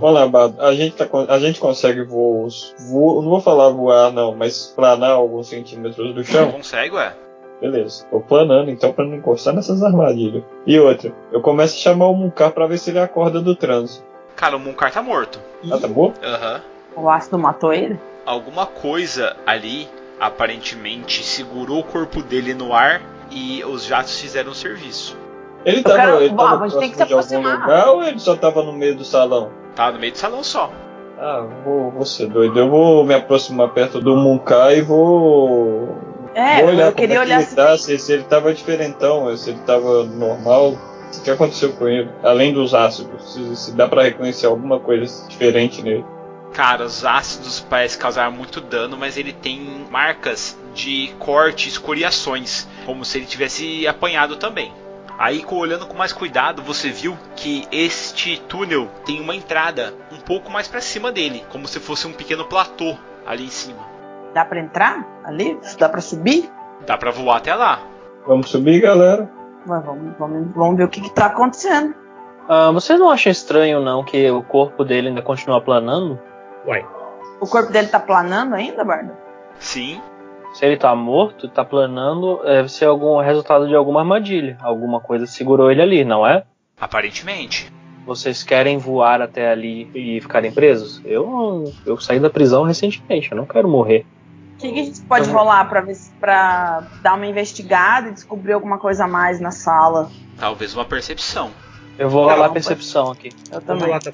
Olha, Bado, a gente, tá con- a gente consegue voos. Voo, não vou falar voar, não, mas planar alguns centímetros do
Então.
chão.
Consegue, ué?
Beleza, tô planando então pra não encostar nessas armadilhas. E outra, eu começo a chamar o Munkar pra ver se ele acorda do transe.
Cara, o Munkar tá morto.
Ah, tá bom?
Aham.
O ácido matou ele?
Alguma coisa ali, aparentemente, segurou o corpo dele no ar e os jatos fizeram o serviço.
Ele
Eu quero-
tava, ele
Bom,
tava
a gente tem que
próximo
se
de algum
aproximar.
lugar ou ele só tava no meio do salão?
Tá no meio do salão só.
Ah, vou, vou ser doido. Eu vou me aproximar perto do Munkar e vou.
É,
vou olhar
eu queria
como é que
olhar
ele tá, se... se ele tava diferentão, se ele tava normal. O que aconteceu com ele? Além dos ácidos, se, se dá pra reconhecer alguma coisa diferente nele.
Cara, os ácidos parecem causar muito dano, mas ele tem marcas de corte, escoriações, como se ele tivesse apanhado também. Aí, co- olhando com mais cuidado, você viu que este túnel tem uma entrada um pouco mais pra cima dele, como se fosse um pequeno platô ali em cima.
Dá pra entrar ali? Dá pra subir?
Dá pra voar até lá.
Vamos subir, galera.
Mas vamos, vamos, vamos ver o que, que tá acontecendo.
Ah, você não acha estranho, não, que o corpo dele ainda continua planando?
Uai.
O corpo dele tá planando ainda, Bardo?
Sim.
Se ele tá morto, tá planando, deve ser algum resultado de alguma armadilha. Alguma coisa segurou ele ali, não é?
Aparentemente.
Vocês querem voar até ali e ficarem presos? Eu não- eu saí da prisão recentemente, eu não quero morrer.
O que, que a gente pode
Uhum.
rolar pra, ver, se- pra dar uma investigada e descobrir alguma coisa a mais na sala?
Talvez uma percepção.
Eu vou
Tá
rolar
bom,
percepção aqui.
Eu também.
tá.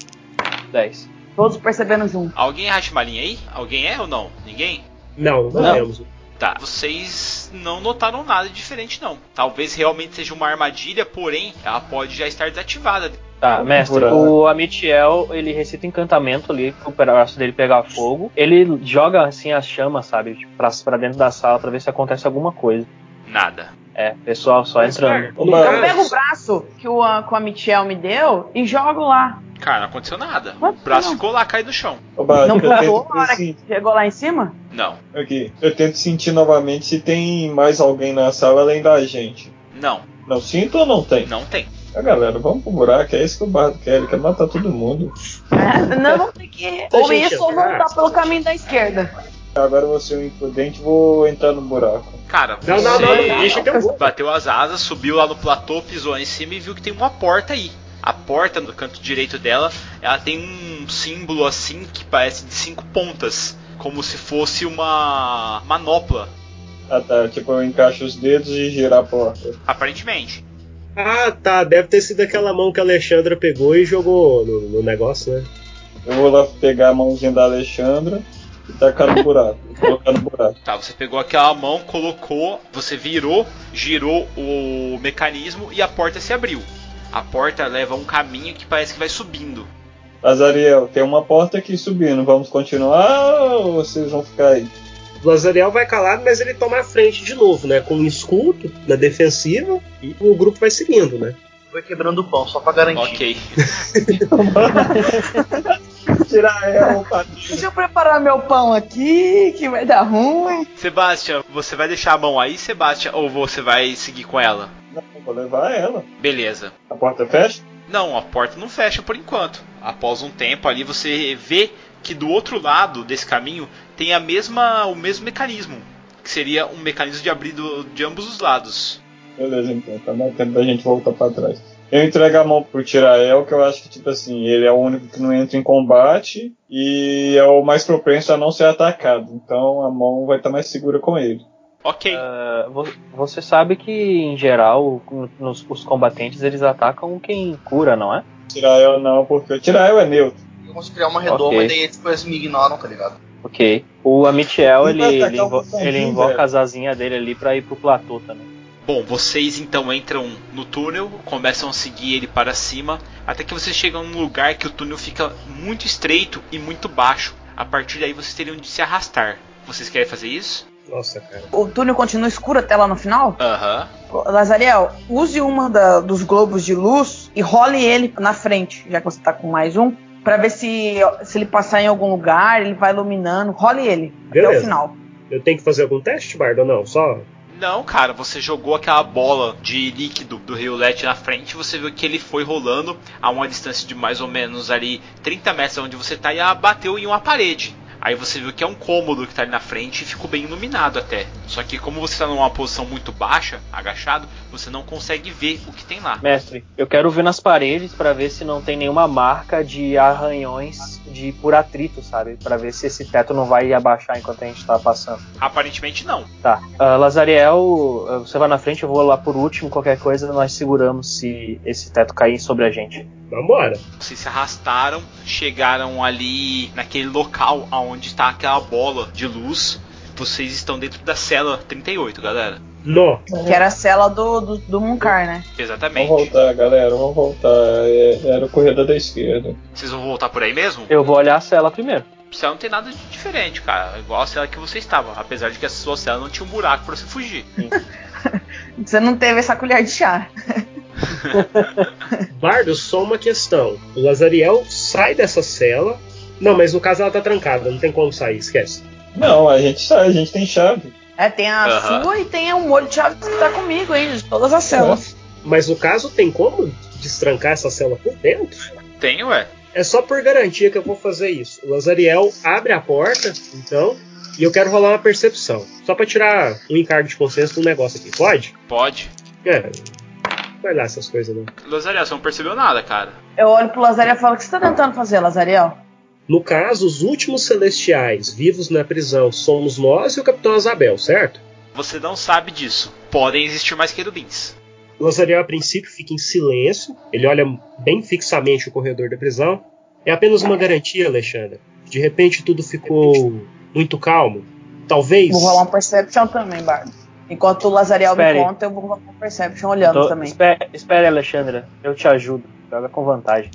10.
Todos percebendo junto.
Alguém é Rasmalinha aí? Alguém é ou não? Ninguém?
Não, não,
Não.
temos.
Tá, vocês não notaram nada diferente não. Talvez realmente seja uma armadilha, porém ela pode já estar desativada.
Tá, mestre,
Por-
o Amitiel, ele recita encantamento ali pro braço dele pegar fogo. Ele joga assim as chamas, sabe, tipo, pra, pra dentro da sala pra ver se acontece alguma coisa.
Nada.
É, pessoal, só entrando.
Ô, Bardo,
tá
Eu pego o braço que o, a- que o Michel me deu e jogo lá.
Cara, não aconteceu nada.
Mas
O braço
não.
ficou lá, caiu no chão.
ô, Bardo,
Não
eu tento
pulou na hora
esse-
que chegou lá em cima?
Não,
Aqui, eu tento sentir novamente se tem mais alguém na sala além da gente.
não,
Não sinto ou não tem?
não tem.
Ah, galera, vamos pro buraco, é isso que o Bardo quer, ele quer matar todo mundo.
É, não, vamos ter que.
Então,
Ou
gente,
isso ou
é
voltar
fácil.
pelo caminho da esquerda.
Agora eu vou ser um imprudente e vou entrar no buraco.
Cara,
Não, não,
você
não, não, deixa que eu vou.
bateu as asas, subiu lá no platô, pisou em cima e viu que tem uma porta aí. A porta no canto direito dela, ela tem um símbolo assim que parece de cinco pontas, como se fosse uma manopla,
Ah tá, tipo, eu encaixo os dedos e girar a porta.
aparentemente.
Ah, tá. Deve ter sido aquela mão que a Alexandra pegou e jogou no, no negócio, né?
Eu vou lá pegar a mãozinha da Alexandra e tacar no buraco. e colocar no buraco.
Tá, você pegou aquela mão, colocou, você virou, girou o mecanismo e a porta se abriu. A porta leva um caminho que parece que vai subindo.
Azariel, tem uma porta aqui subindo, vamos continuar ou vocês vão ficar aí?
Lazariel vai calado, mas ele toma a frente de novo, né? Com um escudo na defensiva e o grupo vai seguindo, né?
Foi quebrando o pão, só pra garantir.
Ok.
Tirar ela, Padrinho.
Deixa eu preparar meu pão aqui, que vai dar ruim.
Sebastian, você vai deixar a mão aí, Sebastian, ou você vai seguir com ela?
Não, vou levar ela.
Beleza.
A porta fecha?
Não, a porta não fecha por enquanto. Após um tempo ali você vê que do outro lado desse caminho tem a mesma o mesmo mecanismo, que seria um mecanismo de abrir do- de ambos os lados.
Beleza, então. Tá dando tempo da gente voltar pra trás. Eu entrego a mão pro Tirael, que eu acho que, tipo assim, ele é o único que não entra em combate e é o mais propenso a não ser atacado. Então a mão vai estar mais segura com ele.
Ok.
Ah, vo- você sabe que, em geral, nos- os combatentes eles atacam quem cura, não é?
Tirael não, porque o Tirael é neutro.
Eu consigo criar uma redoma
Ok.
e daí eles depois me ignoram, tá ligado?
Ok. O Amitiel,
Ele
ele,
vai
ele,
atacar o
invo-
Bufandim,
ele
velho.
invoca as asinhas dele ali pra ir pro platô também.
Bom, vocês então entram no túnel, começam a seguir ele para cima, até que vocês chegam num lugar que o túnel fica muito estreito e muito baixo. A partir daí vocês teriam de se arrastar. Vocês querem fazer isso?
Nossa, cara.
O túnel continua escuro até lá no final?
Aham.
Lazariel, use uma da- dos globos de luz e role ele na frente, já que você tá com mais um, pra ver se, se ele passar em algum lugar, ele vai iluminando. Role ele até o
Beleza.
final.
Eu tenho que fazer algum teste, Bardo, ou não? Só.
Não, cara, você jogou aquela bola de líquido do Rio Lete na frente, você viu que ele foi rolando a uma distância de mais ou menos ali 30 metros de onde você tá e ela bateu em uma parede. Aí você viu que é um cômodo que tá ali na frente e ficou bem iluminado até. Só que como você tá numa posição muito baixa, agachado, você não consegue ver o que tem lá.
Mestre, eu quero ver nas paredes pra ver se não tem nenhuma marca de arranhões de por atrito, sabe? Pra ver se esse teto não vai abaixar enquanto a gente tá passando.
Aparentemente não.
Tá. Ah, Lazariel, ah, você vai na frente, eu vou lá por último. Qualquer coisa nós seguramos se esse teto cair sobre a gente.
Vambora.
Vocês se arrastaram, chegaram ali naquele local aonde está aquela bola de luz. Vocês estão dentro da cela 38, galera.
Nó.
Que era a cela do, do, do Munkar, né?
Exatamente.
Vamos voltar, galera, vamos voltar. É- Era o corredor da esquerda.
Vocês vão voltar por aí mesmo?
Eu vou olhar a cela primeiro.
Cela não tem nada de diferente, cara. É Igual a cela que você estava. Apesar de que essa sua cela não tinha um buraco pra você fugir.
Você não teve essa colher de chá.
Bardo, só uma questão. O Lazariel sai dessa cela. Não, mas no caso ela tá trancada, não tem como sair, esquece.
Não, a gente sai, a gente tem chave.
É, tem a
Aham.
sua e tem o molho de chaves que tá comigo, hein? De todas as celas.
Mas no caso tem como destrancar essa cela por dentro?
Tem, ué.
É só por garantia que eu vou fazer isso. O Lazariel abre a porta, então, e eu quero rolar uma percepção. Só pra tirar um encargo de consciência do negócio aqui, pode?
Pode.
É. Vai lá essas coisas, né? não.
Lozariel, você não percebeu nada, cara.
Eu olho pro Lazarel e falo: O que você tá tentando fazer, Lazarel?
No caso, os últimos celestiais vivos na prisão somos nós e o Capitão Azabel, certo?
Você não sabe disso. Podem existir mais querubins.
O Lazariel, a princípio, fica em silêncio. Ele olha bem fixamente o corredor da prisão. É apenas uma garantia, Alexandra. De repente tudo ficou muito calmo. Talvez.
Vou rolar um Perception também, Bardo. Enquanto o Lazarel me
Espere.
conta, eu vou rolar um Perception olhando
Tô-
também.
Espere, Então, espere, Alexandra. Eu te ajudo. Joga com vantagem.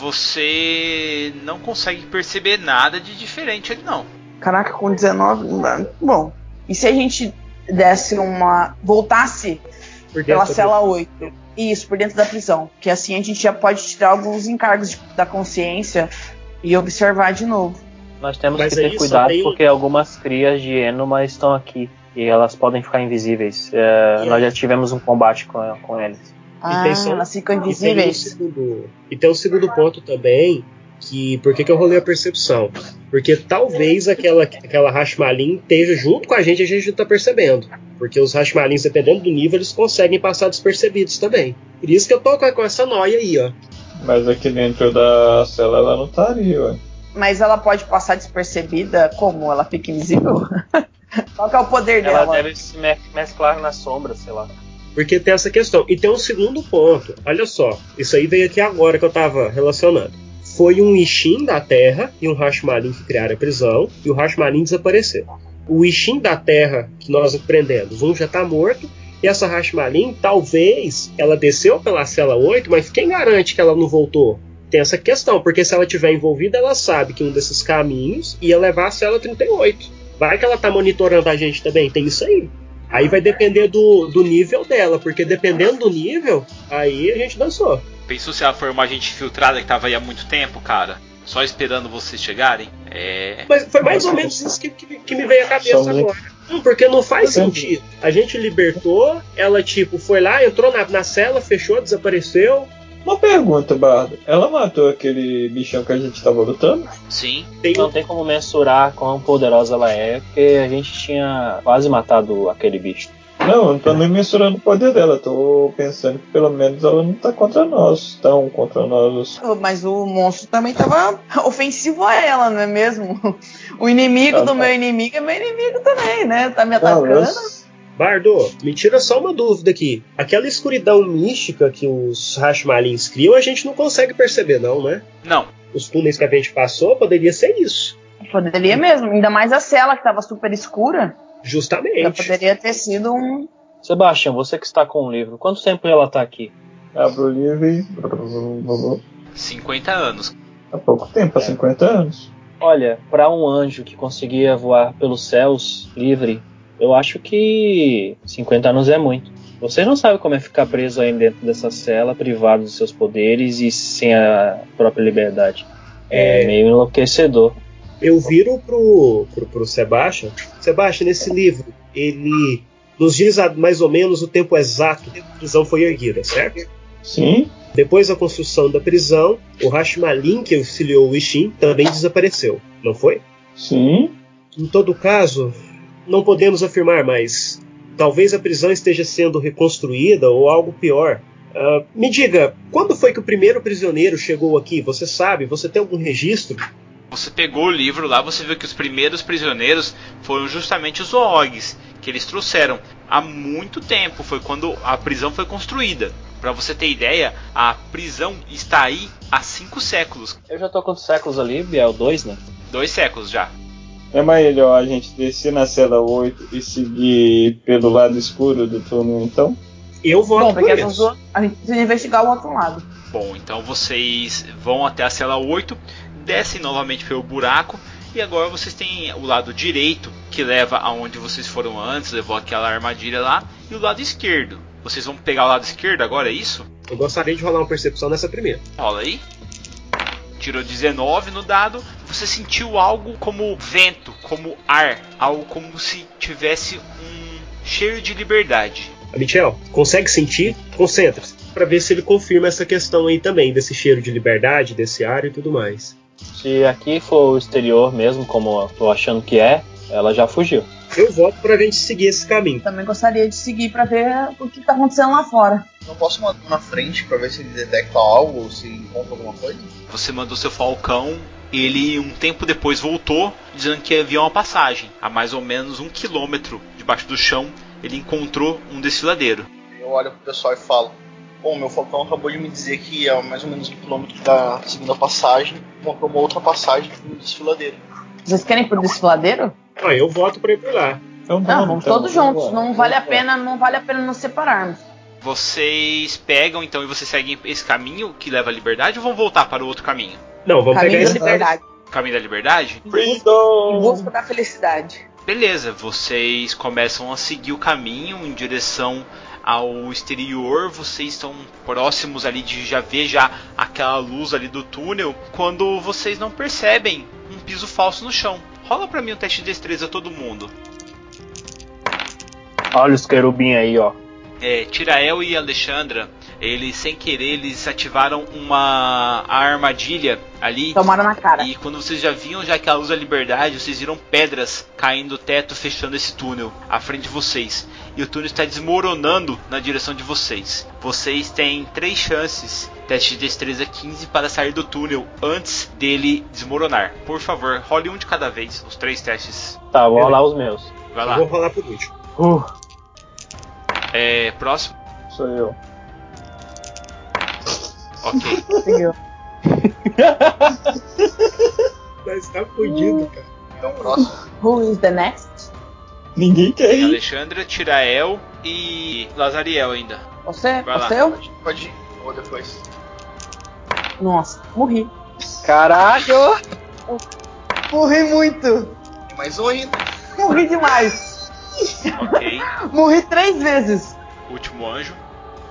Você não consegue perceber nada de diferente ali, não.
Caraca, com 19 não dá. Bom, e se a gente desse uma. voltasse
Por dentro
pela
da
cela
prisão.
8? Isso, por dentro da prisão. Que assim a gente já pode tirar alguns encargos de- da consciência e observar de novo.
Nós temos
Mas
que
aí
ter
só
cuidado
tem-
porque algumas crias de Enuma estão aqui e elas podem ficar invisíveis. É, Nós já tivemos um combate com, com eles.
Ah, elas ficam
E
invisíveis.
tem, um segundo, e tem um segundo ponto também, que por que, que eu rolei a percepção? Porque talvez aquela, aquela Rashmalin esteja junto com a gente e a gente não tá percebendo. Porque os Rashmalins, dependendo do nível, eles conseguem passar despercebidos também. Por isso que eu tô com com essa noia aí, ó.
Mas aqui dentro da cela ela não estaria, ué.
Mas ela pode passar despercebida como? Ela fica invisível? Qual que é o poder
Ela
dela?
deve se me- mesclar na sombra, sei lá.
Porque tem essa questão. E tem um segundo ponto. Olha só, isso aí veio aqui agora que eu tava relacionando. Foi um Ishin da Terra e um Hashmarin que criaram a prisão, e o Hashmarin desapareceu. O Ishin da Terra que nós prendemos, um já tá morto, e essa Hashmarin, talvez, ela desceu pela cela 8, mas quem garante que ela não voltou? Tem essa questão, porque se ela tiver envolvida, ela sabe que um desses caminhos ia levar a cela 38. Vai que ela tá monitorando a gente também, tem isso aí. Aí vai depender do, do nível dela, porque dependendo do nível, aí a gente dançou.
Pensou se ela for uma gente filtrada que tava aí há muito tempo, cara? Só esperando vocês chegarem? É.
Mas foi mais ou menos isso que, que, que me veio à cabeça agora. Não, porque não faz sentido. A gente libertou, ela tipo foi lá, entrou na, na cela, fechou, desapareceu.
Uma pergunta, Bardo. Ela matou aquele bichão que a gente tava lutando?
Sim.
um-
Não tem como mensurar quão poderosa ela é, porque a gente tinha quase matado aquele bicho.
Não, eu não tô nem mensurando o poder dela. Tô pensando que pelo menos ela não tá contra nós. Tão contra nós.
Mas o monstro também tava ofensivo a ela, não é mesmo? O inimigo
Tá,
do
tá.
meu inimigo é meu inimigo também, né? Tá me atacando.
Bardo, me tira só uma dúvida aqui. Aquela escuridão mística que os Hashmalins criam, a gente não consegue perceber, não, né?
Não.
Os túneis que a gente passou poderia ser isso.
Poderia mesmo, ainda mais a cela que tava super escura. Já
Justamente.
poderia ter sido um.
Sebastião, você que está com o livro, quanto tempo ela tá aqui?
Abro o livro e.
50 anos.
Há pouco tempo,
É.
há 50 anos.
Olha, para um anjo que conseguia voar pelos céus livre, eu acho que 50 anos é muito. Você não sabe como é ficar preso aí dentro dessa cela, privado dos É. seus poderes e sem a própria liberdade. É, meio enlouquecedor.
eu viro pro, pro, pro Sebastian. Sebastian, nesse livro, ele nos diz a- mais ou menos o tempo exato que a prisão foi erguida, certo?
Sim.
Depois da construção da prisão, o Rashmalin, que auxiliou o Ishin, também desapareceu, não foi?
Sim.
Em todo caso, não podemos afirmar, mas talvez a prisão esteja sendo reconstruída ou algo pior. Ah, me diga, quando foi que o primeiro prisioneiro chegou aqui? Você sabe? Você tem algum registro?
Você pegou o livro lá, você viu que os primeiros prisioneiros foram justamente os Ogs, que eles trouxeram há muito tempo, foi quando a prisão foi construída. Pra você ter ideia, a prisão está aí há cinco séculos,
Eu já tô quantos séculos ali, Biel? Dois, né?
dois séculos já.
É melhor a gente descer na cela 8 e seguir pelo lado escuro do túnel, então?
Eu vou
Bom, porque essas duas- a gente precisa investigar o outro lado.
Bom, então vocês vão até a cela 8, descem novamente pelo buraco e agora vocês têm o lado direito que leva aonde vocês foram antes, levou aquela armadilha lá, e o lado esquerdo. Vocês vão pegar o lado esquerdo agora, é isso?
Eu gostaria de rolar uma percepção nessa primeira.
Rola aí. Tirou 19 no dado. Você sentiu algo como vento, como ar, algo como se tivesse um cheiro de liberdade.
A Michel, consegue sentir? Concentra-se. Pra ver se ele confirma essa questão aí também, desse cheiro de liberdade, desse ar e tudo mais.
Se aqui for o exterior mesmo, como eu tô achando que é, ela já fugiu.
Eu voto pra gente seguir esse caminho.
Também gostaria de seguir pra ver o que tá acontecendo lá fora.
Não Então posso mandar na frente pra ver se ele detecta algo, se encontra alguma coisa?
Você mandou seu falcão. Ele um tempo depois voltou, dizendo que havia uma passagem a mais ou menos um quilômetro debaixo do chão. Ele encontrou um desfiladeiro.
Eu olho pro pessoal e falo: Bom, meu falcão acabou de me dizer que é mais ou menos um quilômetro da segunda passagem, encontrou uma outra passagem no desfiladeiro.
Vocês querem ir pro desfiladeiro?
Ah, eu voto pra ir por lá.
Então,
Não, vamos todos juntos. Não vale a pena, não vale a pena nos separarmos.
Vocês pegam então e vocês seguem esse caminho que leva à liberdade ou vão voltar para o outro caminho?
Não, vamos
Caminho da
pegar esse
liberdade.
Caminho da liberdade?
Em
Freedom!
busca da felicidade.
Beleza, vocês começam a seguir o caminho em direção ao exterior, vocês estão próximos ali de já ver já aquela luz ali do túnel, quando vocês não percebem um piso falso no chão. Rola pra mim um teste de destreza todo mundo.
Olha os querubim aí, ó.
É, Tirael e Alexandra, eles sem querer eles ativaram uma a armadilha ali
Tomaram na cara.
E quando vocês já viam já que a luz da liberdade, vocês viram pedras caindo do teto, fechando esse túnel à frente de vocês. E o túnel está desmoronando na direção de vocês. Vocês têm três chances. Teste de destreza 15 para sair do túnel antes dele desmoronar. Por favor, role um de cada vez, os três testes.
Tá, vou rolar os meus.
Vai
Eu
lá.
vou rolar por último.
Uh,
É, próximo.
Sou eu.
Ok.
Conseguiu.
Mas tá fudido, cara.
Então, próximo.
Who is the next?
Ninguém quer
Tem
ir.
Alexandra, Tirael e Lazariel ainda.
Você?
Vai lá.
Você? Eu?
Pode ir, ou depois.
Nossa, morri.
caralho!
Morri muito.
Tem mais um ainda.
Morri demais.
Ok.
Morri três vezes.
Último anjo.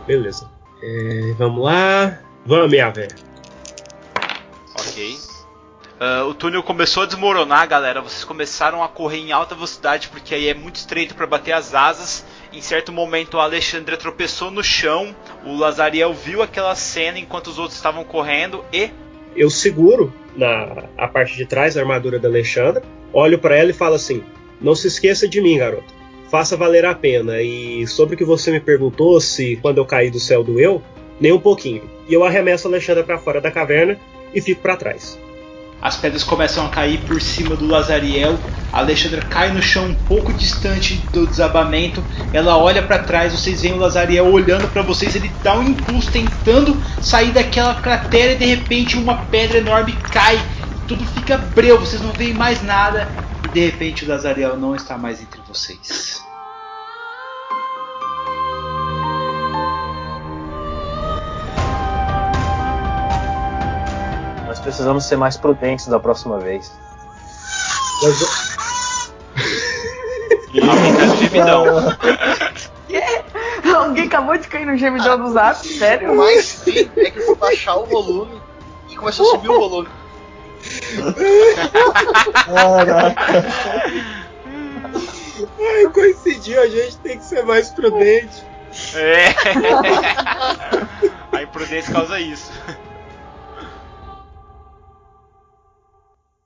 Beleza. É, vamos lá. Vamos, minha véia.
Ok. Ah, o túnel começou a desmoronar, galera. Vocês começaram a correr em alta velocidade porque aí é muito estreito para bater as asas. Em certo momento, a Alexandra tropeçou no chão. O Lazariel viu aquela cena enquanto os outros estavam correndo e
Eu seguro na a parte de trás da armadura da Alexandra, olho pra ela e falo assim: Não se esqueça de mim, garoto. Faça valer a pena. E sobre o que você me perguntou, se quando eu caí do céu doeu, nem um pouquinho. E eu arremesso a Alexandra pra fora da caverna e fico pra trás.
As pedras começam a cair por cima do Lazariel. A Alexandra cai no chão um pouco distante do desabamento. Ela olha para trás, vocês veem o Lazariel olhando para vocês. Ele dá um impulso tentando sair daquela cratera e de repente uma pedra enorme cai. Tudo fica breu, vocês não veem mais nada. E de repente o Lazariel não está mais entre vocês.
Nós precisamos ser mais prudentes da próxima vez.
Mas,
Alguém acabou de cair no gemidão do zap, sério?
O mais feio é que eu fui baixar o volume e começou a subir o volume.
Caraca. Ai, coincidiu, a gente tem que ser mais prudente.
É. A imprudência causa isso.